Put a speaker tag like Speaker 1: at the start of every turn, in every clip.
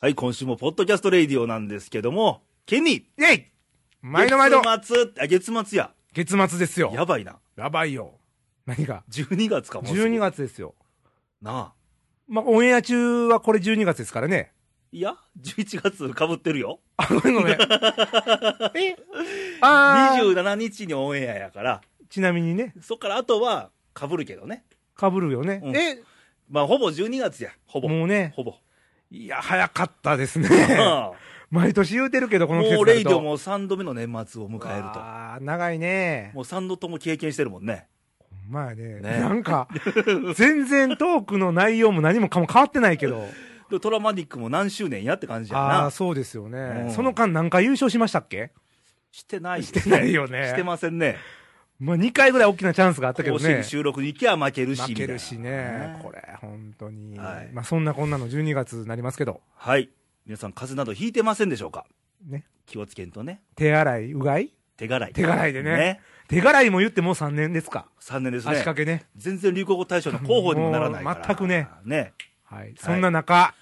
Speaker 1: はい、今週もポッドキャストレイディオなんですけども、ケニー
Speaker 2: イェイ毎度毎度
Speaker 1: 月末あ、月末や。
Speaker 2: 月末ですよ。
Speaker 1: やばいな。
Speaker 2: やばいよ。何が
Speaker 1: 12月かも。
Speaker 2: ?12。月ですよ。
Speaker 1: なあ。
Speaker 2: まあ、オンエア中はこれ12月ですからね。
Speaker 1: いや、11月かぶってるよ。
Speaker 2: あ、ごめ んごめん。えあー
Speaker 1: 27日にオンエアやから、
Speaker 2: ちなみにね、
Speaker 1: そっからあとはかぶるけどね。
Speaker 2: かぶるよね。
Speaker 1: うん
Speaker 2: え
Speaker 1: まあ、ほぼ12月や。ほぼ。
Speaker 2: もうね、
Speaker 1: ほぼ。
Speaker 2: いや、早かったです
Speaker 1: うん
Speaker 2: ね。 毎年言うてるけど、この季節
Speaker 1: もう
Speaker 2: にな
Speaker 1: レ
Speaker 2: る
Speaker 1: イ
Speaker 2: と
Speaker 1: ディオも3度目の年末を迎えると。
Speaker 2: ああ、長いね。
Speaker 1: もう3度とも経験してるもんね。
Speaker 2: ほんまあね、
Speaker 1: ね
Speaker 2: なん か、全然トークの内容も何もかも変わってないけど。
Speaker 1: でトラマディックも何周年やって感 じや
Speaker 2: ああー、
Speaker 1: な。
Speaker 2: そうですよね。
Speaker 1: うん
Speaker 2: その間何回優勝しましたっけ
Speaker 1: してないです
Speaker 2: してないよね
Speaker 1: してませんね。
Speaker 2: まあ、2回ぐらい大きなチャンスがあったけど
Speaker 1: 甲子園
Speaker 2: ね。
Speaker 1: 収録に行きゃ負けるし。
Speaker 2: 負けるし
Speaker 1: みたいな
Speaker 2: ね。これ、本当に。
Speaker 1: はい
Speaker 2: まあ、そんなこんなの12月になりますけど。
Speaker 1: はい。皆さん、風邪などひいてませんでしょうか
Speaker 2: ね。
Speaker 1: 気をつけんとね。
Speaker 2: 手洗い、うがい
Speaker 1: 手洗い。
Speaker 2: 手洗いでね手洗いも言ってもう3年ですか。
Speaker 1: 3年です
Speaker 2: 足掛
Speaker 1: ね。
Speaker 2: けね。
Speaker 1: 全然流行語大賞の候補にもならないか
Speaker 2: も
Speaker 1: ら。
Speaker 2: う全くね。
Speaker 1: ね。
Speaker 2: はい。そんな中、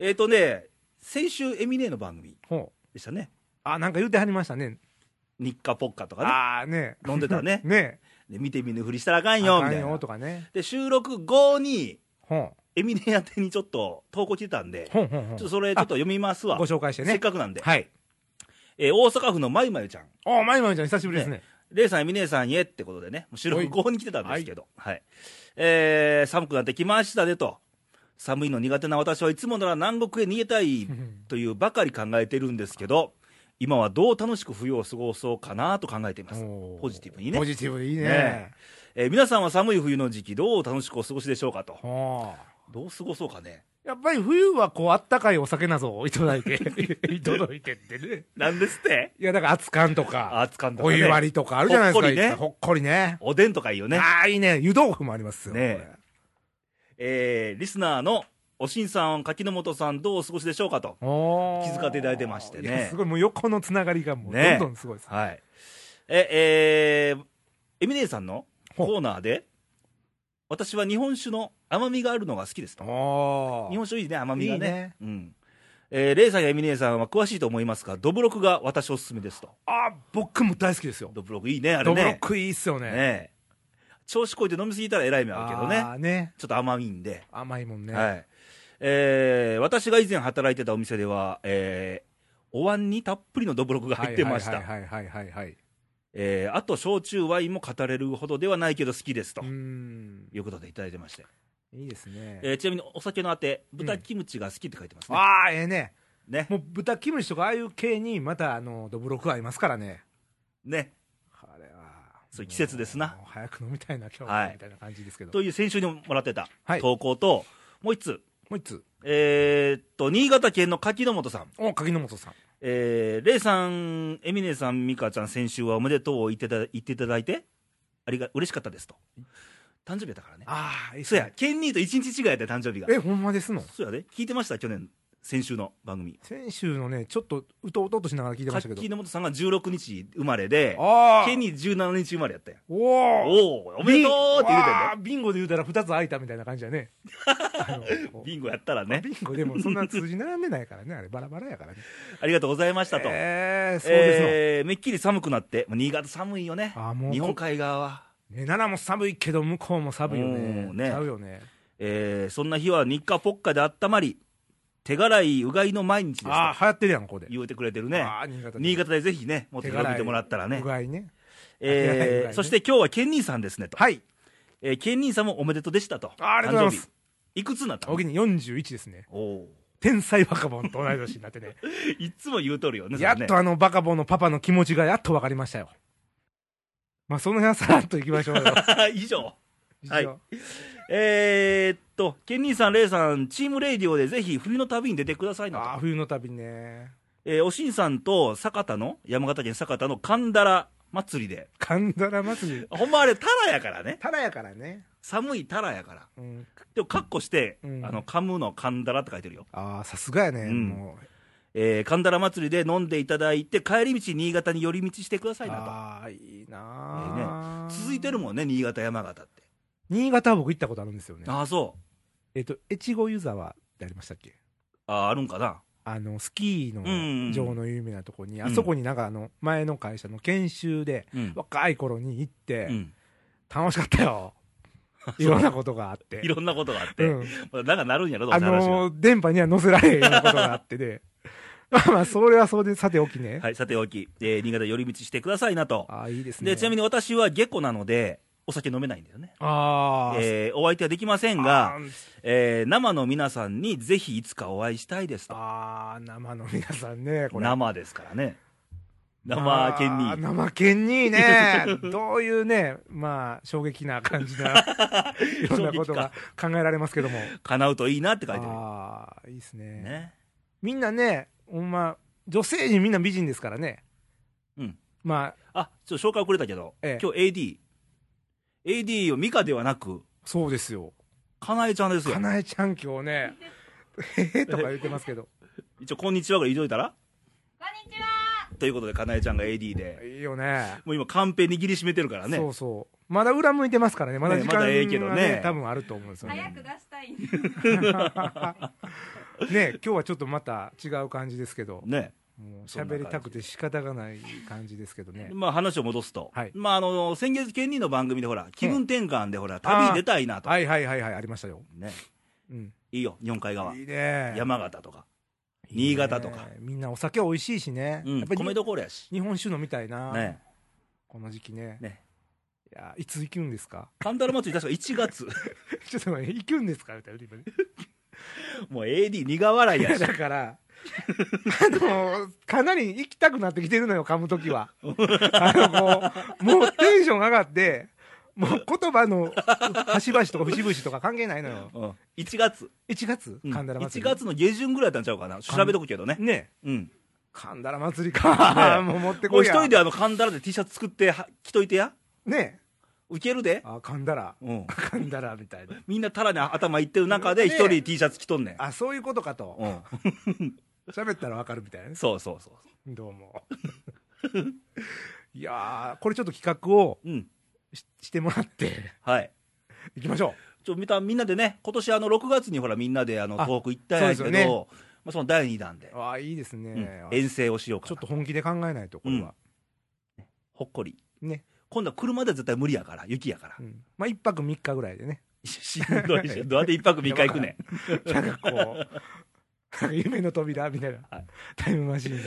Speaker 1: えっ、とね、先週、エミネの番組
Speaker 2: ほう。
Speaker 1: でしたね。
Speaker 2: あ、なんか言ってはりましたね。
Speaker 1: 日課ポッカとかね。
Speaker 2: ああ、ね。
Speaker 1: 飲んでたね
Speaker 2: ね。
Speaker 1: で見て見ぬふりしたらあかんよ、
Speaker 2: あ
Speaker 1: み
Speaker 2: か
Speaker 1: た
Speaker 2: ん
Speaker 1: い
Speaker 2: よ
Speaker 1: な
Speaker 2: と。かね。
Speaker 1: で、収録後に、
Speaker 2: ほ
Speaker 1: エミネ宛てにちょっと投稿来てたんで
Speaker 2: う。、ほうほうほ
Speaker 1: ちょっと
Speaker 2: う。
Speaker 1: それちょっと読みますわ。
Speaker 2: ご紹介して
Speaker 1: せっ
Speaker 2: ね。
Speaker 1: かくなんで。
Speaker 2: はい。
Speaker 1: えー大阪府のまゆまゆちゃん。
Speaker 2: おまゆまゆちゃん、久しぶりですね。
Speaker 1: レイさん、エミネさんへってことでね、もう収録後に来てたんですけど、はい、えー寒くなってきましたねと、寒いの苦手な私はいつもなら南国へ逃げたい
Speaker 2: うん
Speaker 1: というばかり考えてるんですけど、今はどう楽しく冬を過ごそうかなと考えています。
Speaker 2: おー
Speaker 1: ポジティブにね
Speaker 2: ポジティブいい
Speaker 1: ね
Speaker 2: ね。
Speaker 1: えー皆さんは寒い冬の時期、どう楽しくお過ごしでしょうかと、
Speaker 2: ほう。
Speaker 1: どう過ごそうかね、
Speaker 2: やっぱり冬はこう、あったかいお酒などをいただ いて、いただいてってね。
Speaker 1: なんですって、
Speaker 2: いや、だから熱燗とか、
Speaker 1: 暑かんだ
Speaker 2: お湯割りとかあるじゃないですか。
Speaker 1: ほっこりね
Speaker 2: ほっこりね。
Speaker 1: おでんとかいいよね、
Speaker 2: ああ、いいね。湯豆腐もありますよ。
Speaker 1: ねえーリスナーのおしんさん、柿の本さん、どうお過ごしでしょうかと。
Speaker 2: これおー
Speaker 1: 気遣っていただいてましてね
Speaker 2: いやすごい、もう横のつながりがもう、ど
Speaker 1: ね
Speaker 2: んどんすごいです。
Speaker 1: はい。え、えーエミネイさんのコーナーで、私は日本酒の甘みがあるのが好きですと。
Speaker 2: お
Speaker 1: 日本酒いいね、甘みがね。
Speaker 2: いいね
Speaker 1: うん。えーレイさんやエミネイさんは詳しいと思いますが、ドブロクが私おすすめですと。
Speaker 2: あー僕も大好きですよ。
Speaker 1: ドブロクいいね、あれ
Speaker 2: ド
Speaker 1: ね。
Speaker 2: ブロックいいっすよね。
Speaker 1: ねえ調子こいて飲みすぎたらえらい目あるけど
Speaker 2: あ
Speaker 1: ね。
Speaker 2: ーね。
Speaker 1: ちょっと甘みんで。
Speaker 2: 甘いもんね。
Speaker 1: はい。えー私が以前働いてたお店では、えーお椀にたっぷりのドブロクが入ってました。
Speaker 2: はいはいはいはいはいはい。
Speaker 1: えーあと焼酎ワインも語れるほどではないけど好きですと
Speaker 2: うーん。
Speaker 1: いうことでいただいてまして、
Speaker 2: いいですね。
Speaker 1: えーちなみにお酒のあて豚キムチが好きって書いてますね,、
Speaker 2: ああ、ええね。
Speaker 1: ね
Speaker 2: もう豚キムチとかああいう系にまたあのどぶろく合いますからね
Speaker 1: ね
Speaker 2: あれは
Speaker 1: そういう季節ですな
Speaker 2: もう早く飲みたいな今日
Speaker 1: は
Speaker 2: はいみたいな感じですけど、
Speaker 1: という先週にもらってた
Speaker 2: はい
Speaker 1: 投稿と、もう一つ
Speaker 2: もう一つ
Speaker 1: えーっと新潟県の柿の本さん、
Speaker 2: お柿本さん
Speaker 1: えー、レイさん、エミネさん、ミカちゃん、先週はおめでとうを言ってた言っていただいて、ありが嬉しかったですと、誕生日やったからね、
Speaker 2: ああいいっす
Speaker 1: そ
Speaker 2: ね
Speaker 1: や、ケンニーと一日違いやった誕生日が、
Speaker 2: えほんまですの
Speaker 1: そやで、聞いてました、去年、先週の番組、
Speaker 2: 先週のねちょっとうとうとうとしながら聞いてましたけど
Speaker 1: 柿の本さんが16日生まれで、
Speaker 2: ああ
Speaker 1: ケニー17日生まれやったやん。
Speaker 2: お
Speaker 1: お
Speaker 2: お
Speaker 1: お、おめでとうって言うてん
Speaker 2: わあビンゴで言うたら2つ空いたみたいな感じだねあのこ
Speaker 1: で。
Speaker 2: う
Speaker 1: ビンゴやったらね。
Speaker 2: ビンゴでもそんな数字並んでないからねあれバラバラやからね
Speaker 1: ありがとうございましたと。
Speaker 2: えー、そうですの、
Speaker 1: えーめっきり寒くなって、もう新潟寒いよね。
Speaker 2: あーもう
Speaker 1: 日本海側は。
Speaker 2: ね奈良も寒いけど向こうも寒いよね
Speaker 1: うんね
Speaker 2: ちゃうよね
Speaker 1: えーそんな日は日課ポッカで温まり、手洗い、うがいの毎日ですと
Speaker 2: ああ流行ってるやんここで
Speaker 1: 言うてくれてるね。
Speaker 2: あー新潟で
Speaker 1: 新潟でぜひね、もっと
Speaker 2: 手
Speaker 1: 広
Speaker 2: 洗
Speaker 1: げ
Speaker 2: い
Speaker 1: てもらったらね
Speaker 2: う。がいね。手洗いう
Speaker 1: え
Speaker 2: がい
Speaker 1: ー
Speaker 2: ね
Speaker 1: そして今日はケンニーさんですねと。
Speaker 2: はい。
Speaker 1: えーケンニーさんもおめでとうでしたと。
Speaker 2: あーありがとうございま
Speaker 1: 誕
Speaker 2: す
Speaker 1: 生日。いくつになったの
Speaker 2: おぎに41ですね。
Speaker 1: おお
Speaker 2: 天才バカボンと同い年になっ てね。
Speaker 1: ー。いつも言うとるよね、それ
Speaker 2: やっ
Speaker 1: ね
Speaker 2: とあのバカボンのパパの気持ちがやっと分かりましたよ。まあ、その辺はさらっといきましょ うよ。
Speaker 1: 以上。
Speaker 2: 一応
Speaker 1: はいえーっと、ケンニーさん、レイさん、チームレイディオでぜひ冬の旅に出てください
Speaker 2: ああ、
Speaker 1: なと。
Speaker 2: 冬の旅ね。
Speaker 1: えーおしんさんと酒田の、山形県酒田の神田ら祭りで。
Speaker 2: 神田ら祭り。
Speaker 1: ほんまあれ、タラやからね。
Speaker 2: ただやからね。
Speaker 1: 寒いタラやから。
Speaker 2: うん。
Speaker 1: でも、カッコして、
Speaker 2: うん
Speaker 1: あの、噛むの神田らって書いてるよ。
Speaker 2: ああ、さすがやね。
Speaker 1: うん
Speaker 2: も
Speaker 1: えー、神田ら祭りで飲んでいただいて、帰り道、新潟に寄り道してくださ
Speaker 2: う。
Speaker 1: いな
Speaker 2: ああ、いいな、
Speaker 1: と。
Speaker 2: ー
Speaker 1: 続いてるもんね、新潟、山形って。
Speaker 2: 新潟は僕行ったことあるんですよね。
Speaker 1: ああ、そ
Speaker 2: えっ、と、越後湯沢ってありましたっけ
Speaker 1: ああるんかな
Speaker 2: あのスキー
Speaker 1: うんうんうん
Speaker 2: の場の有名なとこに、あそこになんかあの前の会社の研修で、
Speaker 1: うん、
Speaker 2: 若い頃に行って、
Speaker 1: うん
Speaker 2: 楽しかった よいろんなことがあって
Speaker 1: いろんなことがあって、
Speaker 2: うん
Speaker 1: まあなんかなるんやろどう
Speaker 2: あ
Speaker 1: せ話が、
Speaker 2: のー電波には載せられへんようなことがあってで まあまあそれはそれでさておきね、
Speaker 1: はい、さておき、えー新潟寄り道してくださいなと
Speaker 2: ああいいですね
Speaker 1: でちなみに私は下戸なのでお酒飲めないんだよね、
Speaker 2: あー
Speaker 1: えーお相手はできません
Speaker 2: あ
Speaker 1: が、えー生の皆さんにぜひいつかお会いしたいですと
Speaker 2: あー生の皆さんねこれ
Speaker 1: 生ですからね生県
Speaker 2: あー
Speaker 1: に
Speaker 2: 生県に ねどういうねまあ衝撃な感じないろんなことが考えられますけども
Speaker 1: 叶うといいなって書いてあ
Speaker 2: ああいいですね
Speaker 1: るね
Speaker 2: みんなねほんま女性陣みんな美人ですからね
Speaker 1: うん
Speaker 2: まあ
Speaker 1: あちょっと紹介遅れたけど、
Speaker 2: ええ
Speaker 1: 今日 AD AD をミカではなく
Speaker 2: そうですよ
Speaker 1: かなえちゃんですよ
Speaker 2: かなえちゃん今 日ねえへとか言ってますけど
Speaker 1: 一応こんにちはぐらい言いといたら
Speaker 3: こんにちは。
Speaker 1: ということでかなえちゃんが AD で
Speaker 2: いいよね
Speaker 1: もう今カンペ握りしめてるからね
Speaker 2: そうそうまだ裏向いてますからねまだ
Speaker 1: ね
Speaker 2: 時間が、
Speaker 1: まだえ
Speaker 2: ね
Speaker 1: えけどね
Speaker 2: 多分あると思うんですよね
Speaker 3: 早く出したい。
Speaker 2: ね今日はちょっとまた違う感じですけど
Speaker 1: ね
Speaker 2: もう喋りたくて仕方がない感じですけどね
Speaker 1: まあ話を戻すと、
Speaker 2: はい
Speaker 1: まああの先月県人の番組でほら気分転換でほら旅出たいなと、
Speaker 2: はいはいはいはいありましたよ、
Speaker 1: ね
Speaker 2: うん、
Speaker 1: いいよ日本海側
Speaker 2: いいね
Speaker 1: 山形とか新潟とか
Speaker 2: ねみんなお酒美味しいしね、
Speaker 1: うん
Speaker 2: やっぱり
Speaker 1: 米どころやし
Speaker 2: 日本酒飲みたいな、
Speaker 1: ね
Speaker 2: この時期ね
Speaker 1: ね
Speaker 2: いやいつ行くんですか
Speaker 1: カンタル祭り確か1月
Speaker 2: ちょっと待って行くんですかみたいな今ね
Speaker 1: もう AD 苦笑い
Speaker 2: い
Speaker 1: や
Speaker 2: や
Speaker 1: し
Speaker 2: だからあのかなり行きたくなってきてるのよ噛む 時はあのもうもうテンション上がってもう言葉の端々とか節々とか関係ないのよ
Speaker 1: うん、1月、
Speaker 2: 1月
Speaker 1: うん、
Speaker 2: 神田ら
Speaker 1: 1
Speaker 2: 祭り
Speaker 1: 月の下旬ぐらいだったんちゃうかな調べとくけどね
Speaker 2: ね
Speaker 1: うん
Speaker 2: 神田ら祭り
Speaker 1: ね
Speaker 2: か、もう持って
Speaker 1: もう
Speaker 2: こい
Speaker 1: 一
Speaker 2: や
Speaker 1: 人であのカンダラで T シャツ作っては着といてや
Speaker 2: ね
Speaker 1: ウケるで、
Speaker 2: あ神田ら
Speaker 1: うん、
Speaker 2: 神田らみたいな
Speaker 1: みんなタラに頭いってる中で一
Speaker 2: ね
Speaker 1: 人 T シャツ着とんねん
Speaker 2: あそういうことかと
Speaker 1: うん、
Speaker 2: 喋ったらわかるみたいなね
Speaker 1: そうそうそ
Speaker 2: どうも いやーこれちょっと企画を
Speaker 1: ううん
Speaker 2: ししてもらって
Speaker 1: はい
Speaker 2: いきましょ
Speaker 1: ちょみたみんなでね今年あの6月にほらみんなであの
Speaker 2: あ
Speaker 1: 東北行ったんやけ
Speaker 2: そ
Speaker 1: ど
Speaker 2: うです
Speaker 1: そ,、
Speaker 2: よ
Speaker 1: まあ、その第2弾で
Speaker 2: う、ああいいですね、
Speaker 1: うん
Speaker 2: あ
Speaker 1: 遠征をしようか
Speaker 2: ちょ
Speaker 1: な
Speaker 2: っと本気で考えないとこれは、
Speaker 1: ほっこり
Speaker 2: ね、
Speaker 1: 今度は車では絶対無理やから雪やから
Speaker 2: うん、まあ一泊三日ぐらいで ね
Speaker 1: しんどいしどうやって一泊三日行くねん
Speaker 2: なんかこうなんか 夢の扉みたいな、
Speaker 1: はい
Speaker 2: タイムマシーンで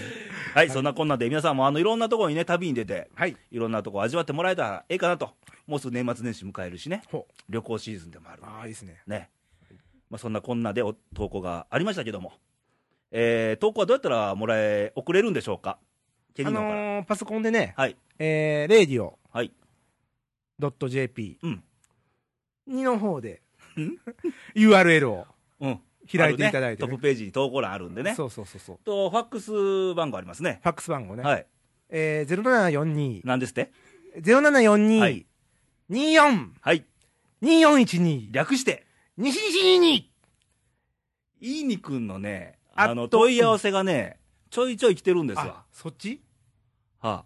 Speaker 1: はい、そんなこんなで皆さんもあのいろんなところにね旅に出て
Speaker 2: はい
Speaker 1: いろんなとこ味わってもらえたらええかなともうすぐ年末年始迎えるしね
Speaker 2: ほ
Speaker 1: 旅行シーズンでもあるんで
Speaker 2: ああいいですね
Speaker 1: ね、まあ、そんなこんなでお投稿がありましたけども、えー投稿はどうやったらもらえ送れるんでしょうかケ
Speaker 2: あ
Speaker 1: ニー
Speaker 2: の
Speaker 1: の方から、
Speaker 2: ーパソコンでね、
Speaker 1: はい
Speaker 2: えー、レディオ
Speaker 1: はい
Speaker 2: ドット JP
Speaker 1: うん
Speaker 2: にの方で URL を
Speaker 1: うん
Speaker 2: 開いていただいて
Speaker 1: あるねト
Speaker 2: ね
Speaker 1: ップページに投稿欄あるんでね
Speaker 2: そうそうそうそう
Speaker 1: とファックス番号ありますね
Speaker 2: ファックス番号ね、
Speaker 1: はい
Speaker 2: えー、
Speaker 1: なんですっては
Speaker 2: 0742-0742-242412
Speaker 1: い、はい略して
Speaker 2: 西西に
Speaker 1: いいにくんのね
Speaker 2: あ
Speaker 1: あの
Speaker 2: と
Speaker 1: 問い合わせがねちょいちょい来てるんですわ、は
Speaker 2: あそっち
Speaker 1: あ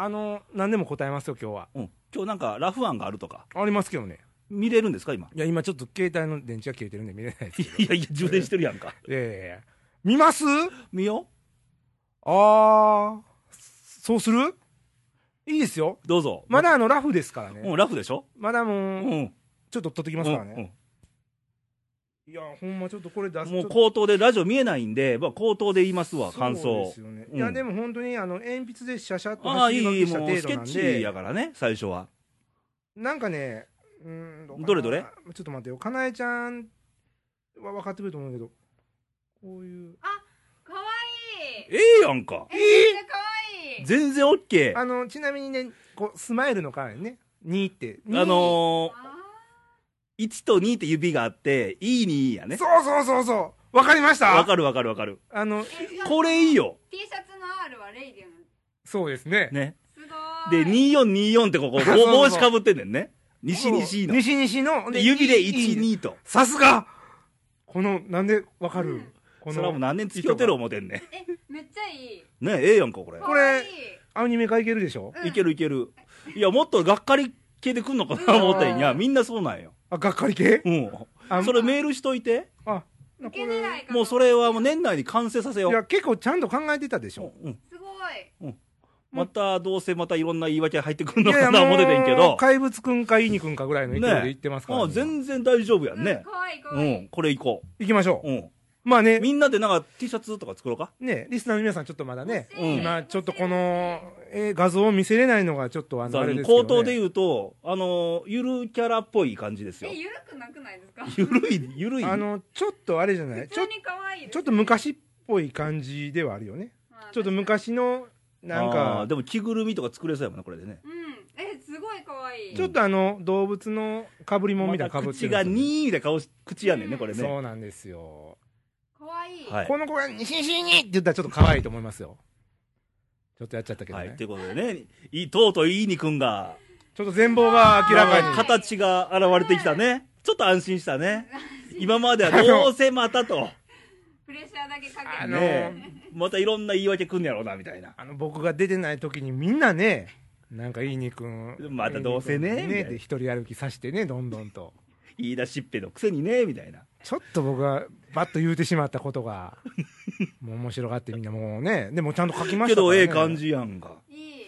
Speaker 2: あの何でも答えますよ今日は
Speaker 1: うん、今日なんかラフ案があるとか
Speaker 2: ありますけどね
Speaker 1: 見れるんですか今
Speaker 2: いや今ちょっと携帯の電池が切れてるんで見れないです
Speaker 1: いやいや充電してるやんか
Speaker 2: いやいやいや見ます
Speaker 1: 見よ
Speaker 2: あーそうするいいですよ
Speaker 1: うどうぞ
Speaker 2: まだあのラフですからね、
Speaker 1: うんラフでしょ
Speaker 2: まだ
Speaker 1: う
Speaker 2: もうんちょっと取ってきますからね、いやほんまちょっとこれ出
Speaker 1: うん
Speaker 2: す
Speaker 1: もう
Speaker 2: ちょっと
Speaker 1: 口頭でラジオ見えないんで、まあ、口頭で言いますわ感
Speaker 2: そう
Speaker 1: 想
Speaker 2: ですよね
Speaker 1: うん
Speaker 2: いやでも本当にあの鉛筆でシャシャっと
Speaker 1: ああ
Speaker 2: 走
Speaker 1: い
Speaker 2: り書
Speaker 1: いいい
Speaker 2: きした
Speaker 1: もう
Speaker 2: 程
Speaker 1: スケ
Speaker 2: 度な
Speaker 1: ッ
Speaker 2: ん
Speaker 1: チ
Speaker 2: で
Speaker 1: やからね最初は
Speaker 2: なんかねうーんうかな
Speaker 1: どれどれ
Speaker 2: ちょっと待ってよかなえちゃんは分かってくると思うけどこういう
Speaker 3: 可愛い
Speaker 1: ええやんか
Speaker 3: えめっちゃ可愛い
Speaker 1: 全然 OK
Speaker 2: あのちなみにねこうスマイルの代わりにね2って
Speaker 1: あの
Speaker 3: あ
Speaker 1: ー、1と2って指があって「いい」に「いい」やね
Speaker 2: そうそうそうそう分かりました
Speaker 1: わかるわかるわかる
Speaker 2: あの
Speaker 3: ーえじゃあ
Speaker 1: これいいよ
Speaker 3: T シャツの R はレイディオの。
Speaker 2: そうですね
Speaker 1: ね
Speaker 3: すご
Speaker 1: で
Speaker 3: ーい。
Speaker 1: 2424ってここ
Speaker 2: そうそうそう
Speaker 1: 帽子かぶってんねんね西西の
Speaker 2: 西西の
Speaker 1: で指で
Speaker 2: いいいい
Speaker 1: 12と
Speaker 2: さすがこのなんで分かる、
Speaker 3: うん
Speaker 2: こ
Speaker 1: それはもう
Speaker 2: の
Speaker 1: 何年付き合ってる思てんね
Speaker 3: え、めっちゃいい。
Speaker 1: んねええやんかこれ
Speaker 2: こ
Speaker 3: 可
Speaker 2: れ
Speaker 3: 愛い。
Speaker 2: アニメ化いけるでしょ
Speaker 3: うん
Speaker 1: いけるいけるいやもっとがっかり系でくんのかな思ったんやみんなそうなんよ
Speaker 2: あがっかり系
Speaker 1: うん
Speaker 2: あ
Speaker 1: それメールしといて
Speaker 2: あなこ
Speaker 3: 受け狙いかな
Speaker 1: もうそれはもう年内に完成させよ
Speaker 2: いうや、結構ちゃんと考えてたでしょ。
Speaker 1: うん
Speaker 3: すごい
Speaker 1: またどうせまたいろんな言い訳入ってくるの
Speaker 2: いやい
Speaker 1: か
Speaker 2: や
Speaker 1: な思っててんけ
Speaker 2: もう
Speaker 1: ど
Speaker 2: 怪物くんかいいにくんかぐらいの勢いで言ってますから、
Speaker 1: あ全然大丈夫やん
Speaker 3: うん
Speaker 1: ね
Speaker 3: かわいいか
Speaker 1: う
Speaker 3: わいい
Speaker 1: んこれいこ
Speaker 2: 行きましょ
Speaker 1: ううん
Speaker 2: う。まあね、
Speaker 1: みんなでなんか T シャツとか作ろうか
Speaker 2: ね、リスナーの皆さんちょっとまだね、
Speaker 3: 欲しい
Speaker 1: うん
Speaker 2: 今ちょっとこの、えー画像を見せれないのがちょっとあの、あれですけど、ね。
Speaker 1: 口頭で言うとあのゆるキャラっぽい感じですよ
Speaker 3: えゆるくなくないですか
Speaker 1: ゆるいゆるい
Speaker 2: あの、ちょっとあれじゃな
Speaker 3: 普
Speaker 2: いちょ
Speaker 3: 通に可愛いです
Speaker 2: ちょっと昔っぽい感じではあるよね。
Speaker 3: まあ
Speaker 2: ちょっと昔の、なん
Speaker 1: あー
Speaker 2: か、
Speaker 1: でも着ぐるみとか作れそうやもんなこれでね
Speaker 3: うんえすごい可愛い
Speaker 2: ちょっとあの、動物の被り物みたいな
Speaker 1: ま
Speaker 2: 被
Speaker 1: た
Speaker 2: って
Speaker 1: 口
Speaker 2: る
Speaker 1: が
Speaker 2: んですよね
Speaker 1: ニーみたいな顔し口やねんねこれね
Speaker 2: そうなんですよ。
Speaker 3: 可愛い
Speaker 1: はい
Speaker 2: この子が「にしんしんに」って言ったらちょっと可愛いと思いますよちょっとやっちゃったけど
Speaker 1: は
Speaker 2: ね、
Speaker 1: いと
Speaker 2: ち
Speaker 1: いうことでねいとうとういいにくんが
Speaker 2: ょっと全貌が明らか
Speaker 1: まあ
Speaker 2: に
Speaker 1: 形が現れてきたねちょっと安心したね今までは
Speaker 2: あの
Speaker 1: どうせまたと
Speaker 3: プレッシャーだけかけ
Speaker 2: あ
Speaker 3: て
Speaker 2: の
Speaker 1: ねまたいろんな言い訳くんねやろうなみたいな
Speaker 2: あの僕が出てない時にみんなねなんかいいにくん
Speaker 1: またどうせね
Speaker 2: いいにくん
Speaker 1: みたい
Speaker 2: ね
Speaker 1: な
Speaker 2: で一人歩きさしてねどんどんと
Speaker 1: 言い出しっぺのくせにねみたいな
Speaker 2: ちょっと僕がバッと言うてしまったことが もう面白がってみんなもうねでもちゃんと書きまし
Speaker 1: け
Speaker 2: たから、
Speaker 1: ど
Speaker 2: ね、
Speaker 1: ええ感じやんか
Speaker 3: いい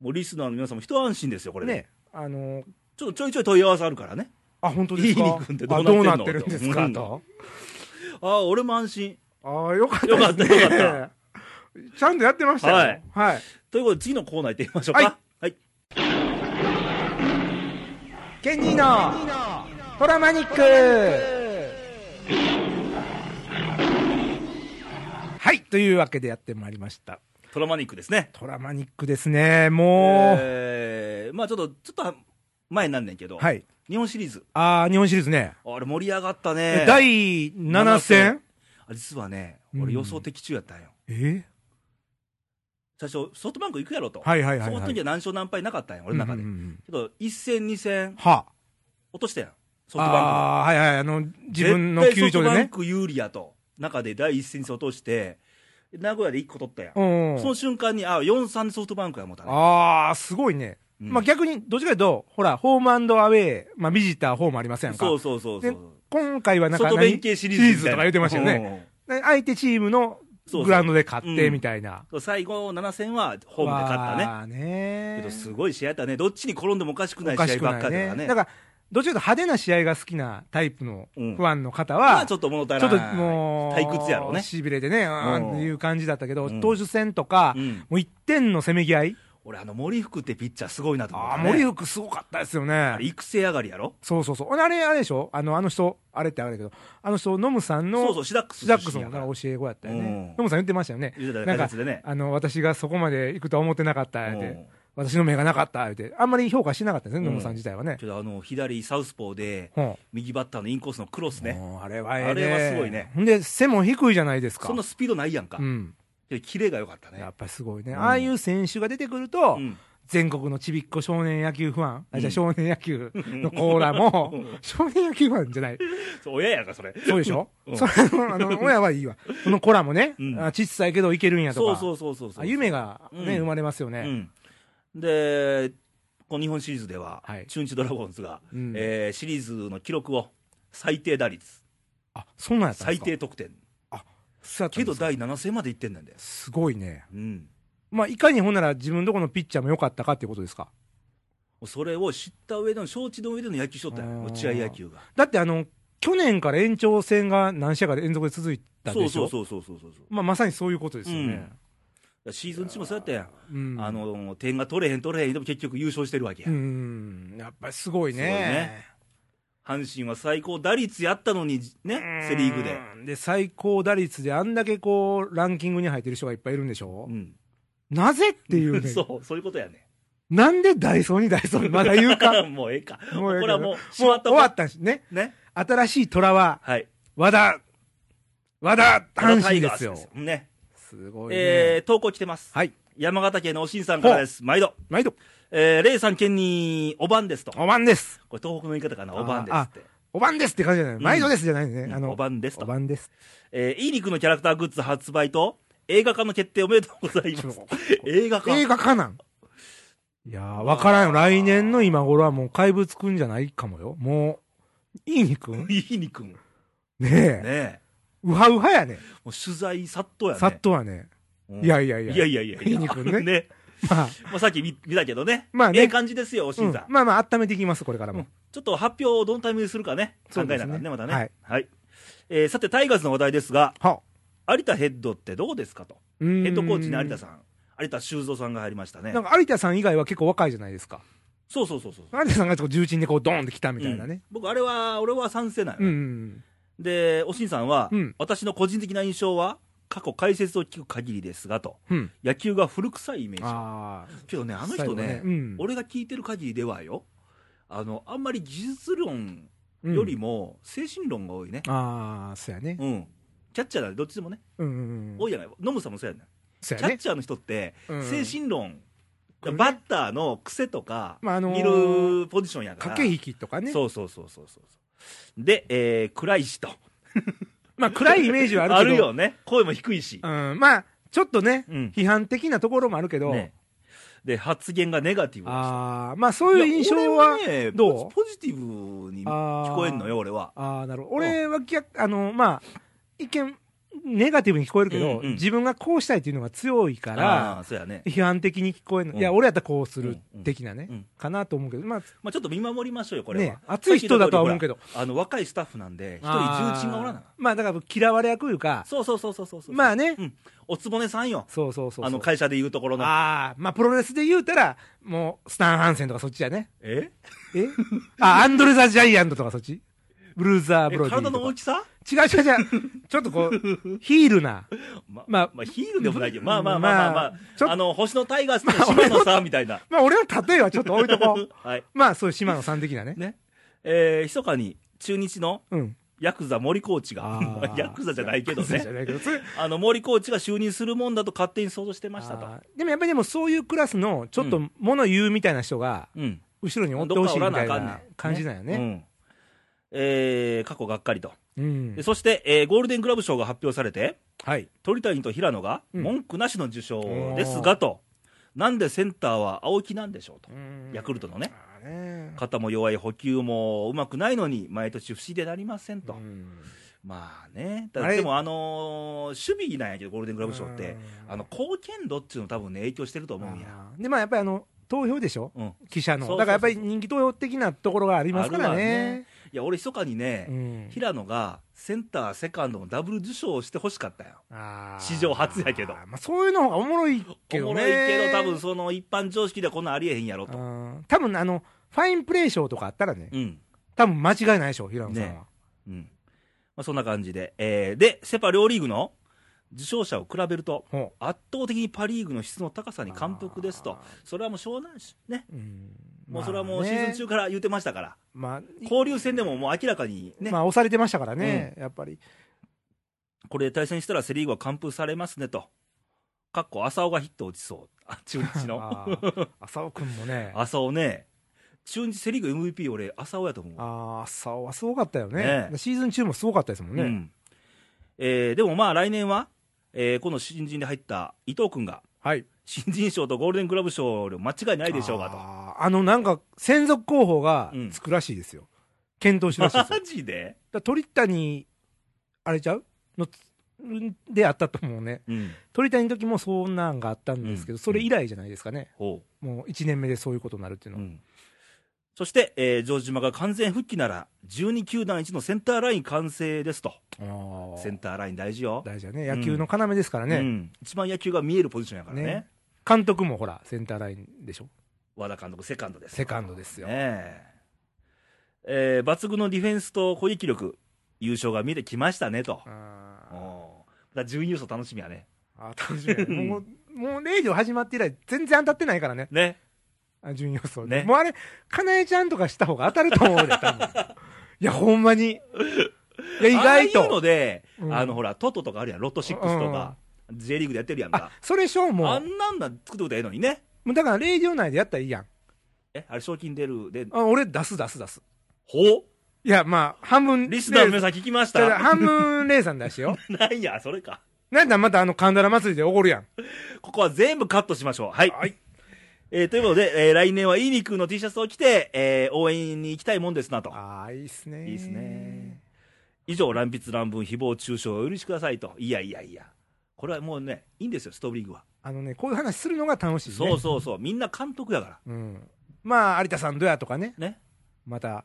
Speaker 1: もうリスナーの皆さんも一安心ですよこれで
Speaker 2: ねあの
Speaker 1: ちょっとちょいちょい問い合わせあるからね
Speaker 2: あ本当ですか
Speaker 1: いいにくんってど
Speaker 2: あ
Speaker 1: う
Speaker 2: どう
Speaker 1: な
Speaker 2: な
Speaker 1: っ
Speaker 2: ってて
Speaker 1: んの
Speaker 2: るんですか
Speaker 1: うん
Speaker 2: と
Speaker 1: ああ俺も安心
Speaker 2: ああよかったですね
Speaker 1: よかったよ
Speaker 2: ちゃんとやってましたよ
Speaker 1: はい、
Speaker 2: はい
Speaker 1: ということで次のコーナー行ってみましょうか
Speaker 2: はい
Speaker 1: はい
Speaker 2: ケニーのトラマニックはい、というわけでやってまいりました。
Speaker 1: トラマニックですね
Speaker 2: トラマニックですね、もう。
Speaker 1: えーまあちょっとちょっと前になんねんけど、
Speaker 2: はい。
Speaker 1: 日本シリーズ
Speaker 2: あー、日本シリーズね。
Speaker 1: あれ盛り上がったね
Speaker 2: 第7戦
Speaker 1: あ実はね
Speaker 2: うん
Speaker 1: 俺予想的中やったんよ、
Speaker 2: え
Speaker 1: 最初ソフトバンク行くやろと、
Speaker 2: はいはいはいはい
Speaker 1: その時は何勝何敗なかったんや俺の中で、
Speaker 2: うんうんうん
Speaker 1: けど1戦2戦
Speaker 2: は
Speaker 1: 落としたやんソフトバン
Speaker 2: あー、はいはい、あの、
Speaker 1: ク
Speaker 2: 自分の球場で
Speaker 1: 絶対ソフトバン
Speaker 2: ね。
Speaker 1: ク有利やと中で第一戦に落として名古屋で1個取ったやん、
Speaker 2: うんうん
Speaker 1: その瞬間にあ4-3でソフトバンクや思ったね
Speaker 2: あー、すごいね。
Speaker 1: うん
Speaker 2: まあ逆に、どっちかというと、ほら、ホームアウェイ、まあビジター、ホームありませんか。
Speaker 1: そうそうそうそ
Speaker 2: で
Speaker 1: う
Speaker 2: 今回はなんか
Speaker 1: 外
Speaker 2: 何
Speaker 1: 弁慶シリーズみ
Speaker 2: シ
Speaker 1: いな
Speaker 2: とか言ってましたよね。で相手チームの
Speaker 1: そうそう
Speaker 2: グラウンドで勝ってみたいな。
Speaker 1: うん最後7戦はホームで勝ったね
Speaker 2: わあね
Speaker 1: けどすごい試合やったねどっちに転んでもおかしくない試合ばっかりだからね
Speaker 2: だから、どっちかというと派手な試合が好きなタイプの
Speaker 1: うん
Speaker 2: ファンの方
Speaker 1: ま
Speaker 2: は、
Speaker 1: あちょっと物足
Speaker 2: ち
Speaker 1: ら
Speaker 2: ょっ
Speaker 1: な
Speaker 2: と
Speaker 1: い
Speaker 2: もう、
Speaker 1: 退屈やろうね
Speaker 2: しびれてね、あーっていう感じだったけ
Speaker 1: う
Speaker 2: ど
Speaker 1: ん、
Speaker 2: 投手戦とか
Speaker 1: うん、
Speaker 2: もう1点のせめぎ合い。
Speaker 1: 俺あの森福ってピッチャーすごいなと思った、
Speaker 2: ああ、
Speaker 1: ね、
Speaker 2: 森福すごかったですよね
Speaker 1: あれ。育成上がりやろ
Speaker 2: そうそうそう。あれ、あれでしょあの、あの人、あれってあれだけど、あの人、ノムさん
Speaker 1: そう
Speaker 2: の
Speaker 1: そうシダックス
Speaker 2: シダックス
Speaker 1: 出身や
Speaker 2: の
Speaker 1: から
Speaker 2: 教え子やったよ
Speaker 1: うん
Speaker 2: ね。ノムさん言ってましたよね。
Speaker 1: 言うてた
Speaker 2: な
Speaker 1: 解
Speaker 2: んか
Speaker 1: 説でね
Speaker 2: あの、私がそこまで行くとは思ってなかった、っ
Speaker 1: うん
Speaker 2: て。私の目がなかった、って。あんまり評価してなかったですね、
Speaker 1: うん
Speaker 2: 野茂さん自体はね
Speaker 1: け。どあの左サウスポーで
Speaker 2: うん。
Speaker 1: 右バッターのインコースのクロスね
Speaker 2: うんあれはええ
Speaker 1: あれはすごいね。
Speaker 2: ほんで、背も低いじゃないですか。
Speaker 1: そんなスピードないやんか、
Speaker 2: うん。
Speaker 1: けどキレが良かったね
Speaker 2: やっぱりすごいね。
Speaker 1: うん
Speaker 2: ああいう選手が出てくると、
Speaker 1: うん
Speaker 2: 全国のちびっこ少年野球ファン、あ
Speaker 1: うん
Speaker 2: じゃあ少年野球のコーラも、 少年野球ファンじゃない。
Speaker 1: そう親やんかそれ
Speaker 2: そうでしょ、
Speaker 1: うん
Speaker 2: それも あの、親はいいわ。このコラもね、
Speaker 1: うん
Speaker 2: あ小さいけどいけるんやと
Speaker 1: そう
Speaker 2: か。
Speaker 1: そうそうそうそう
Speaker 2: あ夢がね、
Speaker 1: うん
Speaker 2: 生まれますよね。
Speaker 1: うん、で、この日本シリーズでは、
Speaker 2: はい
Speaker 1: 中日ドラゴンズが、
Speaker 2: うん
Speaker 1: えーシリーズの記録を最低打率、
Speaker 2: あ、そんなんやったん
Speaker 1: 最
Speaker 2: ですか
Speaker 1: 低得点、
Speaker 2: そうやったん
Speaker 1: け
Speaker 2: で
Speaker 1: ど
Speaker 2: すか
Speaker 1: 第7戦までいってんねんだよ、
Speaker 2: すごいね。
Speaker 1: うん、
Speaker 2: まあ、いかにほんなら自分どこのピッチャーも良かったかっていうことですか。
Speaker 1: それを知った上での、承知の上での野球しとったんや
Speaker 2: あー
Speaker 1: 落合野球が。
Speaker 2: だってあの、去年から延長戦が何試合か連続で続いたでし
Speaker 1: そ
Speaker 2: ょ
Speaker 1: うそうそうそうそうそうそう
Speaker 2: まあ、まさにそういうことですよね。
Speaker 1: シーズン中もそうやったやん、
Speaker 2: うん。
Speaker 1: あ、の点が取れへん取れへんでも結局優勝してるわけや、
Speaker 2: うん。やっぱりすごい
Speaker 1: すごいね
Speaker 2: ね。
Speaker 1: 阪神は最高打率やったのにねセ・リーグで、
Speaker 2: うん。で、最高打率であんだけこう、ランキングに入ってる人がいっぱいいるんでしょ
Speaker 1: うん、
Speaker 2: なぜっていう ね。
Speaker 1: そうそういうことやね
Speaker 2: なんでダイソーにダイソーにまだ言う か。
Speaker 1: もうええか
Speaker 2: もうええ
Speaker 1: こ
Speaker 2: け
Speaker 1: れは
Speaker 2: ど
Speaker 1: もうし
Speaker 2: も
Speaker 1: ま
Speaker 2: う
Speaker 1: っと
Speaker 2: 終
Speaker 1: こう
Speaker 2: わったしね。
Speaker 1: ね
Speaker 2: 新しい虎は、
Speaker 1: はい
Speaker 2: 和田、和田、阪神ですよ。
Speaker 1: ね。
Speaker 2: すごいね。
Speaker 1: えー、投稿来てます。
Speaker 2: はい。
Speaker 1: 山形県のおしんさんからです。毎度。
Speaker 2: 毎度、
Speaker 1: えー、レイさん県に、おばんですと。こ
Speaker 2: おばんです。
Speaker 1: れ東北の言い方かな、おばんですって。
Speaker 2: おばんですって感じじゃない、
Speaker 1: ん
Speaker 2: 毎度ですじゃないね、あ
Speaker 1: うん
Speaker 2: の
Speaker 1: おばんですと
Speaker 2: おばんです
Speaker 1: えー、いい肉のキャラクターグッズ発売と、映画化の決定おめでとうございます。映画化
Speaker 2: 映画化なんいやーわからんよ来年の今頃はもう怪物くんじゃないかもよもういいにくんね
Speaker 1: いい肉。ねえ。
Speaker 2: えうはうはやね。
Speaker 1: もう取材殺到やね。
Speaker 2: さっとはね。
Speaker 1: うん。
Speaker 2: いやいやいや。
Speaker 1: いやいやいやい
Speaker 2: 皮
Speaker 1: や。
Speaker 2: 肉ね
Speaker 1: ね。
Speaker 2: まあ、
Speaker 1: まあ、さっき見見たけどね。
Speaker 2: まあね
Speaker 1: ええ感じですよ、おし
Speaker 2: うんん
Speaker 1: さん。
Speaker 2: まあまあ、温めていきます、これから
Speaker 1: う
Speaker 2: も
Speaker 1: ん。ちょっと発表をどのタイミングでするかね、考
Speaker 2: そ
Speaker 1: え
Speaker 2: う
Speaker 1: な
Speaker 2: で
Speaker 1: が
Speaker 2: すね
Speaker 1: らね、またね。は
Speaker 2: はいい。
Speaker 1: えーさて、タイガースの話題ですが、
Speaker 2: は
Speaker 1: 有田ヘッドってどうですかと。
Speaker 2: ヘ
Speaker 1: ヘッドコーチに有田
Speaker 2: さ
Speaker 1: さん、有田修造さんが入りましたね
Speaker 2: な。んか有田さん以外は結構若いじゃないですか。
Speaker 1: そうそうそうそう。
Speaker 2: 有田さんがこう重鎮でこうドーンって来たみたいな
Speaker 1: うん
Speaker 2: ね。
Speaker 1: 僕、あれは、俺は賛成なの
Speaker 2: うん。う
Speaker 1: よ、
Speaker 2: ん
Speaker 1: で、おしんさんは、
Speaker 2: うん
Speaker 1: 私の個人的な印象は、過去解説を聞く限りですがと、
Speaker 2: うん。
Speaker 1: 野球が古臭いイメー
Speaker 2: あ
Speaker 1: ジ。けどね、
Speaker 2: あ。
Speaker 1: あの
Speaker 2: 最
Speaker 1: 人
Speaker 2: 後
Speaker 1: ね、
Speaker 2: うん
Speaker 1: 俺が聞いてる限りではよ、あの、あんまり技術論より
Speaker 2: も。
Speaker 1: も精神論が多いね。
Speaker 2: ああ、そうやね。
Speaker 1: うん。キャッチャーなんでどっちでもね、
Speaker 2: うんうんう
Speaker 1: 多
Speaker 2: ん。
Speaker 1: いじゃない。ノムさんもそうやね、
Speaker 2: そう
Speaker 1: キ
Speaker 2: や
Speaker 1: ャッ
Speaker 2: ね。
Speaker 1: チャーの人って、
Speaker 2: うん
Speaker 1: 精神論、
Speaker 2: うん
Speaker 1: バッターの癖とか、
Speaker 2: まああのー
Speaker 1: 見るポジションやから。
Speaker 2: 駆け引きとかね。
Speaker 1: そうそうそうそうそうそう。で、えー、暗いしと。
Speaker 2: まあ、暗いイメージはある けど。
Speaker 1: あるよね。声も低いし。
Speaker 2: うん。まあ、ちょっとね、
Speaker 1: うん
Speaker 2: 批判的なところもあるけど、
Speaker 1: ね。で、発言がネガティブだし
Speaker 2: ああ、まあそういう印象は、
Speaker 1: いや俺ね
Speaker 2: ど
Speaker 1: ポ
Speaker 2: う
Speaker 1: ジポジティブに聞こえんのよ、俺は。
Speaker 2: ああ、なるほど。俺は逆、あの、まあ、一見、ネガティブに聞こえるけど、
Speaker 1: うんうん
Speaker 2: 自分がこうしたいっていうのが強いか
Speaker 1: ああー、
Speaker 2: ら、
Speaker 1: そうやね。
Speaker 2: 批判的に聞こえる、
Speaker 1: うん
Speaker 2: いや、俺やったらこうす
Speaker 1: う
Speaker 2: る
Speaker 1: んうん
Speaker 2: 的なね、
Speaker 1: うん
Speaker 2: かなと思うけど、まあ、
Speaker 1: まあちょっと見守りましょうよ、これは。
Speaker 2: ね熱い人だとは思うけど
Speaker 1: さっき言った通りほらあの、若いスタッフなんで、一人重鎮がおらな
Speaker 2: あーまあ、だから嫌われ役いうか、
Speaker 1: そうそうそうそうそうそう。
Speaker 2: まあね
Speaker 1: うん。おつぼねさんよ。
Speaker 2: そうそうそうそう。
Speaker 1: あの、会社で言うところの。
Speaker 2: ああ、まあ、プロレスで言うたら、もう、スタン・ハンセンとかそっちやね。
Speaker 1: え
Speaker 2: えあ、アンドレ・ザ・ジャイアントとかそっちブルーザー・
Speaker 1: え
Speaker 2: ブロディと
Speaker 1: 体
Speaker 2: か
Speaker 1: の大きさ
Speaker 2: 違う違う違う。ちょっと こう、ヒールな。
Speaker 1: ま
Speaker 2: まあ
Speaker 1: まあ、ヒールでもないけど、まあまあまあまあ、まあ
Speaker 2: まあちょっと
Speaker 1: あの、星のタイガースと島野さんみたいな。
Speaker 2: まあ、俺の例えはちょっと置いとこう。
Speaker 1: はい。
Speaker 2: まあ、そういう島野さん的なね。
Speaker 1: ね。えー、密かに、中日の
Speaker 2: うん。
Speaker 1: ヤクザ森コーチが
Speaker 2: あ ー、
Speaker 1: ヤクザじゃないけど
Speaker 2: そうじゃ
Speaker 1: ね。
Speaker 2: ないけどそれ
Speaker 1: あの、森コーチが就任するもんだと勝手に想像してましたと。
Speaker 2: あーでもやっぱりでもそういうクラスの、ちょっと物言うみたいな人が、
Speaker 1: うん。
Speaker 2: 後ろに追って
Speaker 1: どっ
Speaker 2: ほ
Speaker 1: か
Speaker 2: し
Speaker 1: お
Speaker 2: いみ
Speaker 1: らな
Speaker 2: た
Speaker 1: あ
Speaker 2: い
Speaker 1: かんねん
Speaker 2: な感じなんや
Speaker 1: う
Speaker 2: ね。
Speaker 1: ん。えー、過去がっかりと。
Speaker 2: うん
Speaker 1: で。そして、えーゴールデングラブ賞が発表されて、
Speaker 2: はい。
Speaker 1: 鳥谷と平野が
Speaker 2: うん
Speaker 1: 文句なしの受賞ですがと、なんでセンターは青木なんでしょうと、ヤクルトのね、
Speaker 2: まあね。
Speaker 1: 肩も弱い、補給もうまくないのに、毎年不思議でなりませんと、
Speaker 2: うん
Speaker 1: まあね、ただ
Speaker 2: あれ
Speaker 1: でも、あのー守備なんやけど、ゴールデングラブ賞って
Speaker 2: うん、
Speaker 1: あの貢献度っていうの、多分ね、影響してると思うんや。
Speaker 2: あーで、まあやっぱりあの、投票でしょ
Speaker 1: うん
Speaker 2: 記者の
Speaker 1: そうそうそう
Speaker 2: だからやっぱり人気投票的なところがありますからね。
Speaker 1: いや、俺、密かにね、
Speaker 2: うん
Speaker 1: 平野がセンター、セカンドのダブル受賞をしてほしかったよ。
Speaker 2: あー
Speaker 1: 史上初やけど
Speaker 2: まあ、そういうの方がおもろいけどね。
Speaker 1: おもろいけど、多分その一般常識ではこんなんありえへんやろと。
Speaker 2: うん多分あの、ファインプレー賞とかあったらね、
Speaker 1: うん
Speaker 2: 多分間違いないでしょ、平野さんは。
Speaker 1: ねうんまあ、そんな感じで、えーで、セ・パ両リーグの受賞者を比べると、
Speaker 2: ほ
Speaker 1: 圧倒的にパ・リーグの質の高さに感服ですと
Speaker 2: あ、
Speaker 1: それはもう湘南しね、
Speaker 2: ううん
Speaker 1: もうそれはもうシーズン中
Speaker 2: 中、
Speaker 1: から言ってましたから、
Speaker 2: まあ
Speaker 1: 交流戦でももう明らかにね、
Speaker 2: まあ、押されてましたからね、やっぱり。
Speaker 1: これで対戦したらセ・リーグは完封されますねと、かっこ浅尾がヒット打ちそう、あ中日の。
Speaker 2: あー浅尾君 もね、あ
Speaker 1: 浅尾ね、中日セ・リーグ MVP、俺、浅尾やと思う。
Speaker 2: ー浅尾はすごかったよね
Speaker 1: ね
Speaker 2: シーズン中もすごかったですもん
Speaker 1: う
Speaker 2: ね。
Speaker 1: んえーでもまあ来年は、えーこの新人で入った伊藤君が
Speaker 2: はい。
Speaker 1: 新人賞とゴールデングラブ賞間違いないでしょうが
Speaker 2: あーあの、なんか、専属候補が
Speaker 1: うん
Speaker 2: つくらしいですよ。検討し
Speaker 1: と。
Speaker 2: らしいです よ
Speaker 1: マ。ジで、
Speaker 2: だ鳥谷、あれちゃうのつんであったと思うね。
Speaker 1: うん、
Speaker 2: 鳥谷の時もそんなんがあったんですけど、
Speaker 1: うん
Speaker 2: それ以来じゃないですかね。
Speaker 1: ほ
Speaker 2: もう1年目でそういうことになるっていう
Speaker 1: う、
Speaker 2: の
Speaker 1: う
Speaker 2: は。
Speaker 1: んそして、えー城島が完全復帰なら12球団一のセンターライン完成ですと
Speaker 2: あー
Speaker 1: センターライン大事よ、
Speaker 2: 大事だね。野球の要ですからね。
Speaker 1: うん一番野球が見えるポジションやからね
Speaker 2: ね監督もほら、センターラインでしょ。
Speaker 1: 和田監督セカンドです
Speaker 2: セカンドですよ。
Speaker 1: ねええー抜群のディフェンスと攻撃力優勝が見えてきましたねとお
Speaker 2: あ
Speaker 1: おーだから準優勝楽しみやね
Speaker 2: ーあー、楽しみだね。
Speaker 1: うん
Speaker 2: もう、もう0時始まって以来、全然当たってないからね。
Speaker 1: ね
Speaker 2: あ順位予想
Speaker 1: ね
Speaker 2: ね。もうあれ、かなえちゃんとかした方が当たると思うで、多 分いや、ほんまに。いや、意外
Speaker 1: ああいうの
Speaker 2: と。
Speaker 1: で、
Speaker 2: うん
Speaker 1: あのほらトトとかあるやんロト6とか、J リーグでやってるやん
Speaker 2: あ
Speaker 1: か、
Speaker 2: それ賞も
Speaker 1: あ
Speaker 2: う、
Speaker 1: んなんなん作ってことええのにね
Speaker 2: もうだから、レイディオ内でやったらいいやん。
Speaker 1: えあれ賞金出るで
Speaker 2: あ俺、出す出す出す。
Speaker 1: ほう
Speaker 2: いや、まあ、半分。
Speaker 1: リスナーの皆
Speaker 2: レイ
Speaker 1: さん聞きまし
Speaker 2: じゃあ
Speaker 1: た
Speaker 2: 半分レイさん出してよ。
Speaker 1: なんやそれか
Speaker 2: なんだ、またあの、カンダラ祭りでおごるやん。
Speaker 1: ここは全部カットしましょうはい、えーということで、えー来年はいい肉の T シャツを着て、えー応援に行きたいもんですなと
Speaker 2: ああ、いいっすね。
Speaker 1: いいっすね。以上、乱筆乱文、誹謗中傷をお許しくださいと。いやいやいや。これはもうね、いいんですよ、ストーリングは。
Speaker 2: あのね、こういう話するのが楽しいね。
Speaker 1: そうそうそう。みんな監督やから。
Speaker 2: うん。まあ、有田さんどやとかね。
Speaker 1: ね。
Speaker 2: また、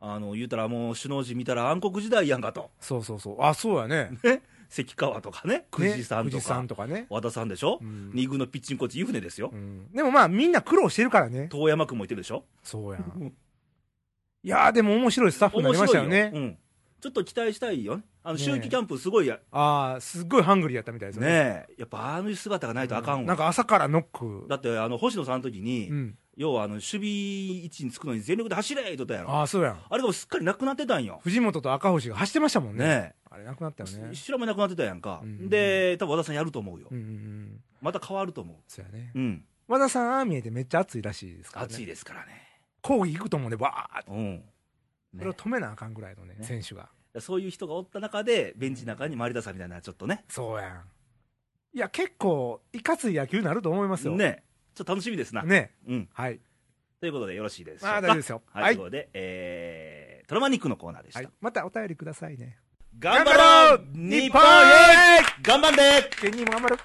Speaker 1: あの、言うたらもう首脳陣見たら暗黒時代やんかと。
Speaker 2: そうそうそう。あ、そうやね。
Speaker 1: ね。関川とかね。久慈さん
Speaker 2: ね
Speaker 1: と
Speaker 2: 久慈さ
Speaker 1: か
Speaker 2: ん。とかね。
Speaker 1: 和田さんでしょ、
Speaker 2: うん
Speaker 1: 二軍のピッチングコーチ、湯船ですよ、
Speaker 2: うん。でもまあ、みんな苦労してるからね。
Speaker 1: 遠山君もいてるでしょ、
Speaker 2: そうや
Speaker 1: うんん。
Speaker 2: いやー、でも面白いスタッフにな
Speaker 1: 面
Speaker 2: りま
Speaker 1: 白
Speaker 2: し
Speaker 1: い
Speaker 2: た
Speaker 1: よ
Speaker 2: よね。
Speaker 1: うん、ちょっと期待したいよね、あの
Speaker 2: ねえ
Speaker 1: 秋季キャンプ、すごいや、
Speaker 2: ああ、すっごいハングリーやったみたいです
Speaker 1: ねえ、やっぱああいう姿がないとあかんわ、
Speaker 2: なんか朝からノック。
Speaker 1: だってあの星野さんの時に、
Speaker 2: うん。
Speaker 1: 要はあの守備位置につくのに全力で走れ言うとったやろ、あ
Speaker 2: ああ、そうやん。
Speaker 1: れがもうすっかりなくなってたんよ、
Speaker 2: 藤本と赤星が走ってましたもんね。
Speaker 1: ね
Speaker 2: あれなくなったよ
Speaker 1: え、
Speaker 2: ね
Speaker 1: 一。緒もなくなってたやんか、
Speaker 2: うん
Speaker 1: で、多分和田さんやると思うよ、
Speaker 2: うんうんうん。
Speaker 1: また変わると思
Speaker 2: そうやね。
Speaker 1: う、うん、
Speaker 2: 和田さん、ああ見えてめっちゃ熱いらしいですからね。
Speaker 1: 暑いですからね、
Speaker 2: 抗議行くと思うね、わーって。
Speaker 1: うん、
Speaker 2: これを止めなあかんぐらいのね、
Speaker 1: ね
Speaker 2: 選手が。
Speaker 1: そういう人がおった中で、ベンチの中にマリダさんみたいな、ちょっとね、
Speaker 2: そうやん。いや、結構、いかつい野球になると思いますよ。。
Speaker 1: ねえちょっと楽しみですな。
Speaker 2: ね。
Speaker 1: うん、
Speaker 2: はい。
Speaker 1: ということでよろしいでしょう
Speaker 2: ま
Speaker 1: か
Speaker 2: あ、大丈夫ですよ。
Speaker 1: はい、
Speaker 2: は
Speaker 1: と
Speaker 2: い
Speaker 1: いう。ことで、えー、トラマニックのコーナーでした、
Speaker 2: はいまたお便りくださいね。
Speaker 1: 頑
Speaker 2: 張ろう日本イエー
Speaker 1: 頑張んで
Speaker 2: 芸人も頑張る。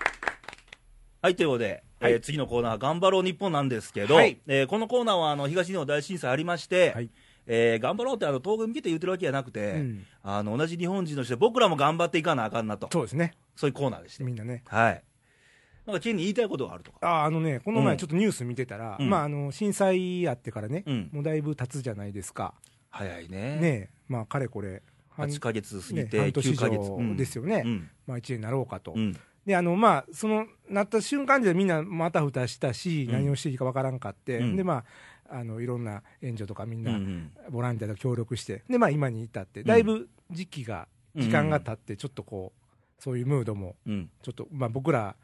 Speaker 1: はいということで、
Speaker 2: はい
Speaker 1: えー次のコーナー「頑張ろう日本」なんですけど、
Speaker 2: はい
Speaker 1: えーこのコーナーはあの東日本大震災ありまして、
Speaker 2: はい
Speaker 1: えー頑張ろうってあの東軍見て言ってるわけじゃなくて、
Speaker 2: うん
Speaker 1: あの同じ日本人として僕らも頑張っていかなあかんなと
Speaker 2: そうですね。
Speaker 1: そういうコーナーでして
Speaker 2: みんなね。
Speaker 1: はいなんか県に言いたいことがあるとか
Speaker 2: あーあのね、この
Speaker 1: う
Speaker 2: 前
Speaker 1: ん
Speaker 2: ちょっとニュース見てたら、
Speaker 1: うん
Speaker 2: まあ、あの、震災あってからね、
Speaker 1: うん
Speaker 2: もうだいぶ経つじゃないですか。
Speaker 1: 早いね
Speaker 2: ねえまあ、かれこれ。半
Speaker 1: 8か月過ぎ
Speaker 2: ね
Speaker 1: て
Speaker 2: 半年
Speaker 1: 9
Speaker 2: 以
Speaker 1: か
Speaker 2: 上
Speaker 1: 月、
Speaker 2: ですよね
Speaker 1: うん
Speaker 2: まあ、一年になろうかと。
Speaker 1: うん
Speaker 2: で、あの、まあ、その、なった瞬間でみんなまたふたしたし、
Speaker 1: うん
Speaker 2: 何をしていいかわからんかって、
Speaker 1: うん
Speaker 2: で、まあ、あの、いろんな援助とかみん
Speaker 1: うんう
Speaker 2: な、
Speaker 1: ん
Speaker 2: ボランティアと協力して、で、まあ、今に至って、だいぶ時期が、
Speaker 1: うん
Speaker 2: 時間が経って、ちょっとこう、そういうムードも、
Speaker 1: うん
Speaker 2: ちょっと、まあ、僕ら、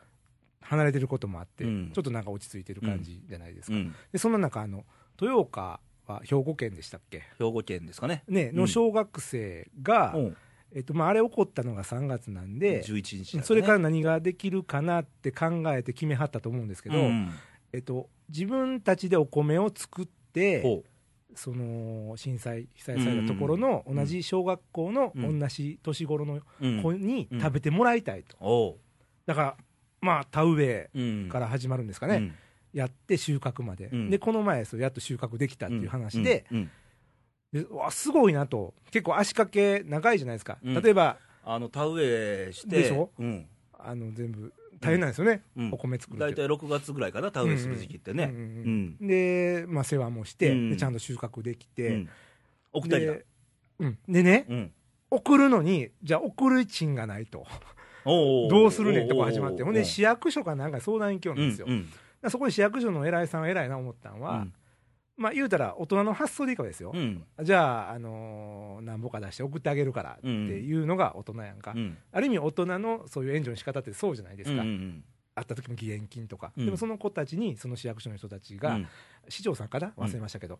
Speaker 2: 離れてることもあって、
Speaker 1: うん
Speaker 2: ちょっとなんか落ち着いてる感じじゃないです
Speaker 1: う
Speaker 2: か。
Speaker 1: ん
Speaker 2: で、そんな中、あの、豊岡は兵庫県でしたっけ
Speaker 1: 兵庫県ですかね
Speaker 2: ね、
Speaker 1: う
Speaker 2: の
Speaker 1: ん
Speaker 2: 小学生が、
Speaker 1: うん
Speaker 2: えっと、まあ、あれ起こったのが3月なんで、
Speaker 1: 11日だね
Speaker 2: それから何ができるかなって考えて決めはったと思うんですけど、
Speaker 1: うん
Speaker 2: えっと、自分たちでお米を作って、
Speaker 1: ほ
Speaker 2: その震災、被災されたところの
Speaker 1: ん
Speaker 2: 同じ小学校の
Speaker 1: うん
Speaker 2: 同じ年頃の
Speaker 1: ううん
Speaker 2: 子に
Speaker 1: うん
Speaker 2: 食べてもらいたいと、
Speaker 1: お
Speaker 2: だから、まあ、田植え
Speaker 1: ううん
Speaker 2: から始まるんですかね、
Speaker 1: うん
Speaker 2: やって収穫まで、
Speaker 1: うん
Speaker 2: でこの前、そうやっと収穫できたっていう話で、
Speaker 1: うんうん
Speaker 2: でうわすごいなと、結構足掛け長いじゃないですか、
Speaker 1: うん
Speaker 2: 例えば
Speaker 1: あの田植えして
Speaker 2: でしょ
Speaker 1: うん
Speaker 2: あの全部大変なんですよね、
Speaker 1: うん
Speaker 2: お米作る
Speaker 1: 大
Speaker 2: って
Speaker 1: 体6月ぐらいかな田植えする時期ってね
Speaker 2: うんうんうん
Speaker 1: うん
Speaker 2: で、まあ、世話もして、
Speaker 1: うん
Speaker 2: でちゃんと収穫できて、
Speaker 1: うん送ったりだ
Speaker 2: で,、うん、でね、
Speaker 1: うん
Speaker 2: 送るのに、じゃあ送る賃がないと、
Speaker 1: お
Speaker 2: どうするねんとこ始まって、ほんで市
Speaker 1: 合
Speaker 2: 役所かなんか相談に興味ですよ、だからそこで市役所の偉いさんは偉いな思ったんは、まあ言うたら、大人の発想でいいからですよ、じゃあ、あのーなんぼか出して送ってあげるからっていうのが大人やんか、ある意味、大人のそういう援助の仕方ってそうじゃないですか、あった時も義援金とか、
Speaker 1: うん
Speaker 2: でもその子たちに、その市役所の人たちが、市長さんかな、忘れましたけど、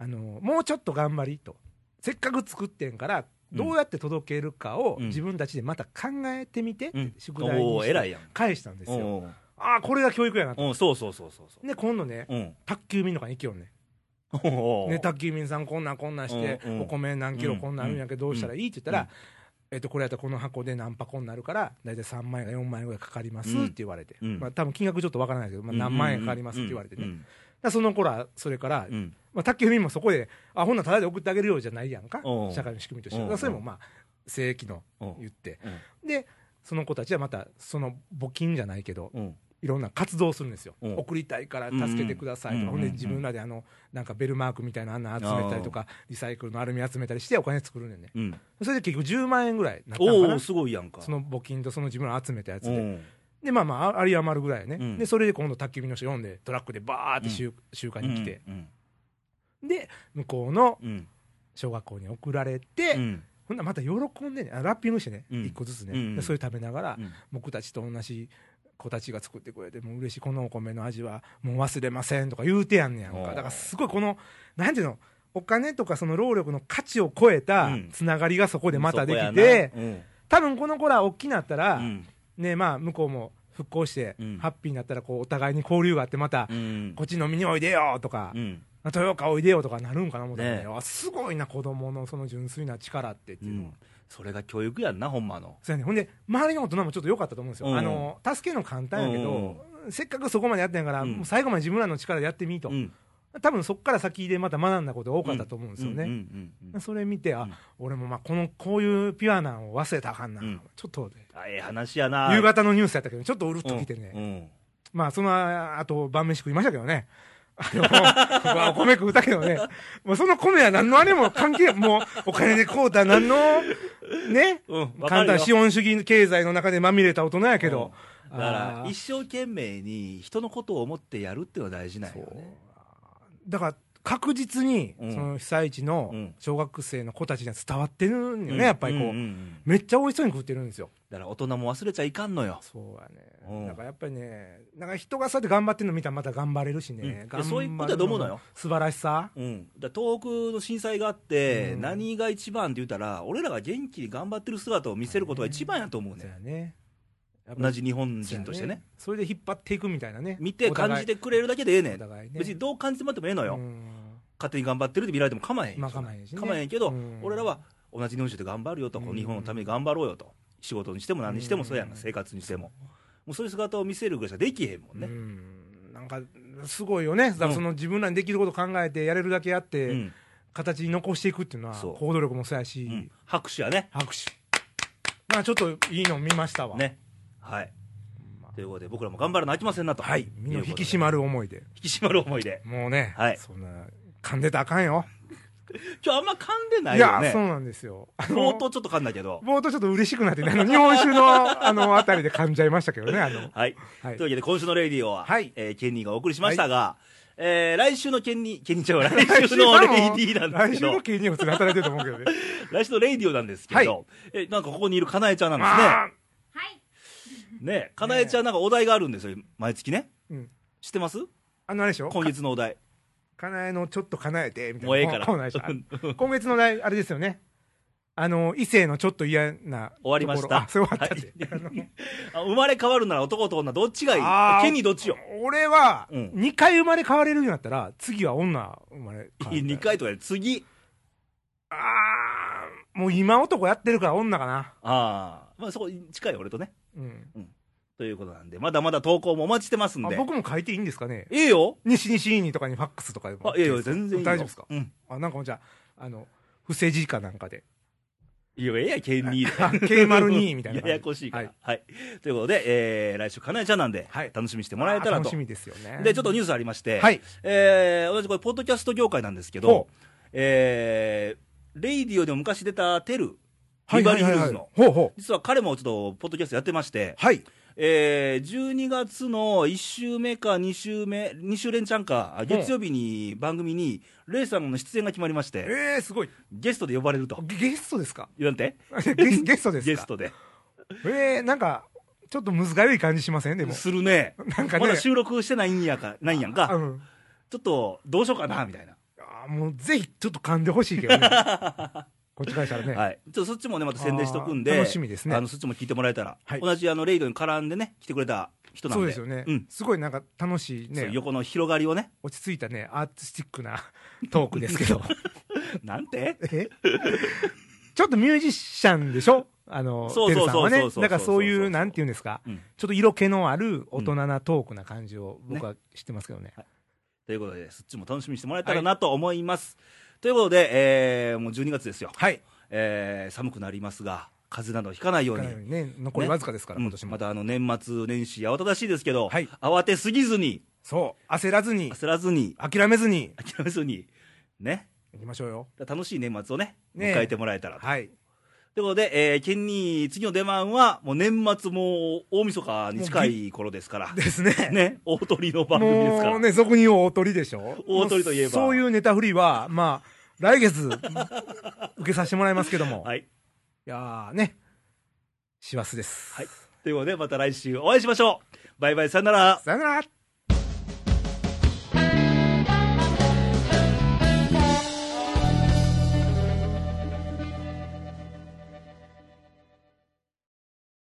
Speaker 2: あのもうちょっと頑張りと、せっかく作ってんから、どうやって届けるかを
Speaker 1: うん
Speaker 2: 自分たちでまた考えてみて、宿
Speaker 1: 宿
Speaker 2: 題
Speaker 1: 題
Speaker 2: に
Speaker 1: おー
Speaker 2: して
Speaker 1: 偉いやん
Speaker 2: 返したんですよ、
Speaker 1: おー
Speaker 2: ああ、これが教育やなと、
Speaker 1: うんそうそうそうそうそう
Speaker 2: で今度ね、
Speaker 1: うん
Speaker 2: 卓球民の会に行きよんね、
Speaker 1: おー
Speaker 2: ね卓球民さん、こんなんこんなんして、
Speaker 1: うんうん
Speaker 2: お米何キロこんなんあるんやけ
Speaker 1: う
Speaker 2: ど、
Speaker 1: ん
Speaker 2: どうしたらいいって言った
Speaker 1: うん
Speaker 2: ら、えっとこれやったらこの箱で何箱になるから、大体3万円か4万円ぐらいかかりますって言われて、
Speaker 1: うん
Speaker 2: まあ多分金額ちょっとわからないけど、まあ、何万円かかりますって言われてね、
Speaker 1: うん
Speaker 2: だからその子ら、それから
Speaker 1: うんうん
Speaker 2: まあ、宅急便もそこで、あほんならただで送ってあげるようじゃないやんか
Speaker 1: お、う
Speaker 2: 社会の仕組みとし
Speaker 1: おう
Speaker 2: て、だからそれもまあ正規の
Speaker 1: うん
Speaker 2: 言って、で、その子たちはまた、その募金じゃないけど、
Speaker 1: うん
Speaker 2: いろんな活動をするんですよ、
Speaker 1: おう
Speaker 2: 送りたいから助けてくださいとか、
Speaker 1: うん
Speaker 2: ほ
Speaker 1: うん
Speaker 2: んで
Speaker 1: うん
Speaker 2: 自分らであのなんかベルマークみたいなあんなん集めたりとか、リサイクルのアルミ集めたりして、お金作るんだよね、
Speaker 1: うん
Speaker 2: それで結局10万円ぐらいなったのか
Speaker 1: おお
Speaker 2: な、
Speaker 1: すごいやんか
Speaker 2: その募金とその自分ら集めたや
Speaker 1: う
Speaker 2: つで、
Speaker 1: ん
Speaker 2: で、まあまあ、あり余るぐらいね、
Speaker 1: うん
Speaker 2: でそれで今度、宅急便の人読んで、トラックでバーって集集荷に来て、
Speaker 1: うん
Speaker 2: で、向こうの
Speaker 1: うん
Speaker 2: 小学校に送られ
Speaker 1: う
Speaker 2: て、
Speaker 1: ん
Speaker 2: ほんならまた喜んでねあラッピングしてね、
Speaker 1: うん
Speaker 2: 一個ずつね、
Speaker 1: うん
Speaker 2: でそれ食べながら、
Speaker 1: うん
Speaker 2: 僕たちと同じ子たちが作ってくれてもう嬉しいこのお米の味はもう忘れませんとか言うてやんねやん
Speaker 1: おー
Speaker 2: かだからすごいこのなんていうのお金とかその労力の価値を超えた
Speaker 1: うん
Speaker 2: つながりがそこでまたで
Speaker 1: そ
Speaker 2: き
Speaker 1: こや
Speaker 2: て、
Speaker 1: なうん
Speaker 2: 多分この子ら大きなったら、
Speaker 1: うん
Speaker 2: ねまあ向こうも復興して、
Speaker 1: うん
Speaker 2: ハッピーになったらこうお互いに交流があってまた、
Speaker 1: うん
Speaker 2: こっち飲みにおいでよとか、
Speaker 1: うん
Speaker 2: 豊川おいでよとかなるんかな思ったけ
Speaker 1: ね
Speaker 2: ど、あすごいな、子供のその純粋な力ってって
Speaker 1: う
Speaker 2: いうのは
Speaker 1: ん、それが教育やんな、ほんまの。
Speaker 2: そうやね、ほんで、周りの大人もちょっと良かったと思うんですよ、
Speaker 1: うん
Speaker 2: あの助けるの簡単やけど、せっかくそこまでやったんやから、
Speaker 1: うん
Speaker 2: もう最後まで自分らの力でやってみいと、
Speaker 1: うん
Speaker 2: 多分そこから先でまた学んだことが多かったと思うんですよね。
Speaker 1: うんうんうんうん
Speaker 2: それ見て、あ、
Speaker 1: うん
Speaker 2: 俺もまあこのこういうピュアなんを忘れたらあかんな、
Speaker 1: うん
Speaker 2: ちょっと、
Speaker 1: あええ話やな。
Speaker 2: 夕方のニュースやったけど、ちょっとうるっときてね、
Speaker 1: うんうん
Speaker 2: まあその後晩飯食いましたけどね、 あのうわお米食うたけどね、もうその米は何のあれも関係、もうお金で買うた、何のね、
Speaker 1: うん、わか
Speaker 2: 簡
Speaker 1: るよ
Speaker 2: 単資本主義経済の中でまみれた大人やけど、
Speaker 1: だから
Speaker 2: あー
Speaker 1: 一生懸命に人のことを思ってやるっていうのは大事なんよね
Speaker 2: だから確実にそ
Speaker 1: うん
Speaker 2: の被災地の
Speaker 1: うん
Speaker 2: 小学生の子たちには伝わってるんよね、
Speaker 1: うん
Speaker 2: やっぱりこう、
Speaker 1: んんん
Speaker 2: めっちゃ美味しそうに食ってるんですよ。
Speaker 1: だから大人も忘れちゃいかんのよ、
Speaker 2: そうやね、
Speaker 1: うん
Speaker 2: なんかやっぱりね、なんか人がそうやって頑張ってるの見たらまた頑張れるし
Speaker 1: うん
Speaker 2: ね、
Speaker 1: い
Speaker 2: 頑張る
Speaker 1: やそういうことやと思うのよ
Speaker 2: 素晴らしさ、
Speaker 1: うん、だから東北の震災があって、
Speaker 2: うん
Speaker 1: 何が一番って言ったら俺らが元気に頑張ってる姿を見せることが一番やと思う
Speaker 2: そう
Speaker 1: ね
Speaker 2: やね、やっぱ
Speaker 1: 同じ日本人としてね
Speaker 2: そうやねそれで引っ張っていくみたいなね、
Speaker 1: 見て
Speaker 2: お
Speaker 1: 感
Speaker 2: 互い
Speaker 1: じてくれるだけでええね
Speaker 2: お
Speaker 1: ん
Speaker 2: 互いね、
Speaker 1: 別にどう感じてもらってもええのよ、
Speaker 2: うん
Speaker 1: 勝手に頑張ってるって見られても構えへん、
Speaker 2: まあ構えへんしね
Speaker 1: 構えへんけど、
Speaker 2: うん
Speaker 1: 俺らは同じ日本人で頑張るよと、こう
Speaker 2: うん
Speaker 1: 日本のために頑張ろうよと仕事にしても何にしてもそうやん、
Speaker 2: うん
Speaker 1: 生活にしてももうそういう姿を見せるぐらいしかできへんもんね、
Speaker 2: うんなんかすごいよね、だからその自分らにできること考えて、やれるだけや
Speaker 1: う
Speaker 2: って、
Speaker 1: ん
Speaker 2: 形に残していくっていうのは、
Speaker 1: そう
Speaker 2: 行動力もそうや
Speaker 1: う
Speaker 2: し
Speaker 1: ん、拍手やね
Speaker 2: 拍手、まあちょっといいの見ましたわ、
Speaker 1: ねはい
Speaker 2: ま
Speaker 1: ということで僕らも頑張らなあきませんなと
Speaker 2: はい、身の
Speaker 1: いう
Speaker 2: 引
Speaker 1: こと
Speaker 2: き
Speaker 1: で
Speaker 2: 締まる思いで、
Speaker 1: 引き締まる思いで
Speaker 2: もうね、
Speaker 1: はい
Speaker 2: そんな、噛んでたらあかんよ、
Speaker 1: 今日あんま噛んでないいよ
Speaker 2: や、
Speaker 1: ね
Speaker 2: そうなんですよ、あの
Speaker 1: 冒頭ちょっと噛んだけど
Speaker 2: 冒頭ちょっと嬉しくなってね、あの日本酒 のあのあたりで噛んじゃいましたけどね、あの
Speaker 1: はい、
Speaker 2: は
Speaker 1: と
Speaker 2: い
Speaker 1: いうわけで今週のレイディオは、
Speaker 2: はい
Speaker 1: えーケンニーがお送りしましたが、えー来週のケンニー、ケンニーちゃうわ来週のレイディーなんです
Speaker 2: 来週
Speaker 1: けど、来
Speaker 2: の
Speaker 1: 週
Speaker 2: 経にも普通に働いてると思う けどね。
Speaker 1: のレイディオなんですけど、
Speaker 2: は
Speaker 1: えなんかここにいるかなえちゃんな
Speaker 2: ま
Speaker 1: ん
Speaker 2: あ
Speaker 3: はい。
Speaker 1: ですね。ねかなえちゃんなんかお題があるんですよ、毎月ね。
Speaker 2: うん
Speaker 1: 知ってます
Speaker 2: あのあれでしょ
Speaker 1: 今月のお題。
Speaker 2: かなえのちょっと叶えてみたいな
Speaker 1: もうええから
Speaker 2: コーナーでした今月の題あれですよねあの異性のちょっと嫌な
Speaker 1: 終わりました
Speaker 2: ところあそれ終わったって、
Speaker 1: あ生まれ変わるなら男と女どっちがい
Speaker 2: あ
Speaker 1: い
Speaker 2: ー
Speaker 1: ケンニーどっちよ。
Speaker 2: あの俺は
Speaker 1: うん
Speaker 2: 2回生まれ変われるようになったら次は女生まれ 変わる
Speaker 1: 2回とかで次。
Speaker 2: あーもう今男やってるから女かな
Speaker 1: ああ。まあそこ近い俺とね。
Speaker 2: うん
Speaker 1: ということなんで、まだまだ投稿もお待ちしてますん
Speaker 2: あ
Speaker 1: で。
Speaker 2: 僕も書いていいんですかね
Speaker 1: ええよ。
Speaker 2: 西西イニとかにファックスとかでも
Speaker 1: あ、いやいや、全然いいよ。
Speaker 2: 大丈夫ですか
Speaker 1: うん。
Speaker 2: あなんかもうじゃああの不正字かなんかで
Speaker 1: いや、ええや、ケンニーで。
Speaker 2: あ K02 みたいな感じ
Speaker 1: ややこしいから。は
Speaker 2: はい
Speaker 1: い。ということで、えー来週、かなえちゃんなんで、
Speaker 2: はい
Speaker 1: 楽しみにしてもらえたら
Speaker 2: あー
Speaker 1: と
Speaker 2: 楽し。みですよね
Speaker 1: で、ちょっとニュースありまして、
Speaker 2: はい
Speaker 1: えー同じこれ、ポッドキャスト業界なんですけど
Speaker 2: ほ、
Speaker 1: えーレイディオでも昔出たテル、ビバリーヒルズの、
Speaker 2: はいはいはいはいほうほう
Speaker 1: 実は彼もちょっと、ポッドキャストやってまして、
Speaker 2: はい
Speaker 1: えー12月の1週目か2週目、2週連チャンか、あ月曜日に番組に、レイさんの出演が決まりまして、
Speaker 2: ええすごい。
Speaker 1: ゲストで呼ばれると。
Speaker 2: ゲゲストですか
Speaker 1: 言わんて
Speaker 2: ゲスゲストですか
Speaker 1: ゲストで。
Speaker 2: ええなんか、ちょっと難しい感じしませんでも。
Speaker 1: するね。
Speaker 2: なんかね。
Speaker 1: まだ収録してないんやか、ないんやん
Speaker 2: あ
Speaker 1: か、
Speaker 2: うん
Speaker 1: ちょっとどうしようかな、みたいな。
Speaker 2: あーもうぜひ、ちょっと噛んでほしいけ どね。こっちからしたらね。
Speaker 1: はい。ちょっとそっちもね、また宣伝しとくんで。
Speaker 2: あー楽しみですね
Speaker 1: あの、そっちも聞いいてもらえたら。
Speaker 2: はい
Speaker 1: 同じあの、レイドに絡んでね、来てくれた人なん
Speaker 2: そ
Speaker 1: で。
Speaker 2: うですよね、
Speaker 1: うん。
Speaker 2: すごいなんか楽しい
Speaker 1: そう
Speaker 2: ね、
Speaker 1: 横の広がりをね。
Speaker 2: 落ち着いたね、アーティスティックなトークですけ ど。
Speaker 1: なんて
Speaker 2: えちょっとミュージシャンでしょあの、
Speaker 1: そう
Speaker 2: テ
Speaker 1: そ
Speaker 2: ル
Speaker 1: う
Speaker 2: さん
Speaker 1: そう
Speaker 2: は
Speaker 1: そ
Speaker 2: ね
Speaker 1: う。そう
Speaker 2: だからそうい、
Speaker 1: そうそうそうう
Speaker 2: なんていうんですか、
Speaker 1: うん
Speaker 2: ちょっと色気のある大人なトークな感じを僕は知ってますけどね。
Speaker 1: ということで、そっちも楽しみにしてもらえたらなと思います。ということで、えーもう12月ですよ。
Speaker 2: はい。
Speaker 1: えー寒くなりますが、風邪などひかないように。
Speaker 2: ね、残りわずかですから、
Speaker 1: うん
Speaker 2: 今年も
Speaker 1: ま。たあの年末年始慌ただしいですけど、
Speaker 2: はい
Speaker 1: 慌てすぎずに
Speaker 2: そう、焦らずに、
Speaker 1: 焦らずに
Speaker 2: 諦めずに、
Speaker 1: 諦めずにね
Speaker 2: 行きましょうよ。
Speaker 1: 楽しい年末をね
Speaker 2: ねえ
Speaker 1: 迎えてもらえたらと
Speaker 2: はい。
Speaker 1: ということで、えー、ケンニー、次の出番は、もう年末もう大晦日に近い頃ですから、
Speaker 2: ですね。
Speaker 1: ね、大鳥の番組ですから。
Speaker 2: もうね、俗に言う大鳥でしょ
Speaker 1: 大鳥といえば
Speaker 2: そういうネタ振りは、まあ、来月、受けさせてもらいますけども。。
Speaker 1: はいい。
Speaker 2: やーね、師走です。
Speaker 1: はい。ということで、また来週お会いしましょう。バイバイ、さよなら。
Speaker 2: さよなら